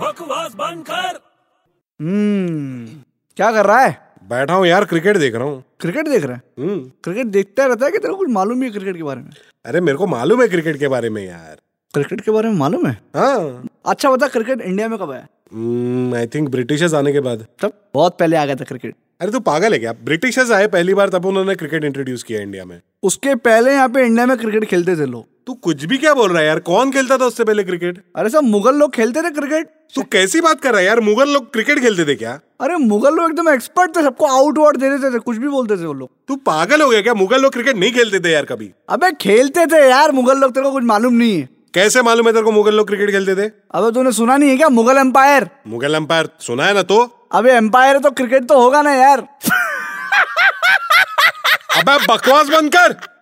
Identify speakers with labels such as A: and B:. A: बकवास बंद कर
B: हम्म क्या कर रहा है
C: बैठा हूँ यार क्रिकेट देख रहा हूँ
B: क्रिकेट देख रहा है
C: हम्म,
B: क्रिकेट देखता रहता है कि तेरे को कुछ मालूम भी है क्रिकेट के बारे में
C: अरे मेरे को मालूम है क्रिकेट के बारे में यार
B: क्रिकेट के बारे में मालूम है
C: हाँ हम्म,
B: अच्छा बता क्रिकेट इंडिया में कब आया
C: आई थिंक ब्रिटिशर्स आने के बाद
B: तब बहुत पहले आ गया था क्रिकेट
C: अरे तू पागल है क्या ब्रिटिशर्स आए पहली बार तब उन्होंने क्रिकेट इंट्रोड्यूस किया इंडिया में
B: उसके पहले यहाँ पे इंडिया में क्रिकेट खेलते थे लोग
C: तू कुछ भी क्या बोल रहा है यार कौन खेलता था उससे पहले क्रिकेट
B: अरे सब मुगल लोग खेलते थे क्रिकेट
C: तू कैसी बात कर रहा है यार मुगल लोग क्रिकेट खेलते थे क्या
B: अरे मुगल लोग एकदम एक्सपर्ट थे सबको आउट वाउट दे देते थे कुछ भी बोलते थे वो लोग
C: तू पागल हो गया क्या मुगल लोग क्रिकेट नहीं खेलते थे यार कभी
B: अबे खेलते थे यार मुगल लोग तेरे को कुछ मालूम नहीं है
C: कैसे मालूम है तेरे को मुगल लोग क्रिकेट खेलते थे
B: अबे तूने सुना नहीं है क्या मुगल एम्पायर
C: मुगल अंपायर सुना है ना तो
B: अबे एम्पायर है तो क्रिकेट तो होगा ना यार
C: अब बकवास बंद कर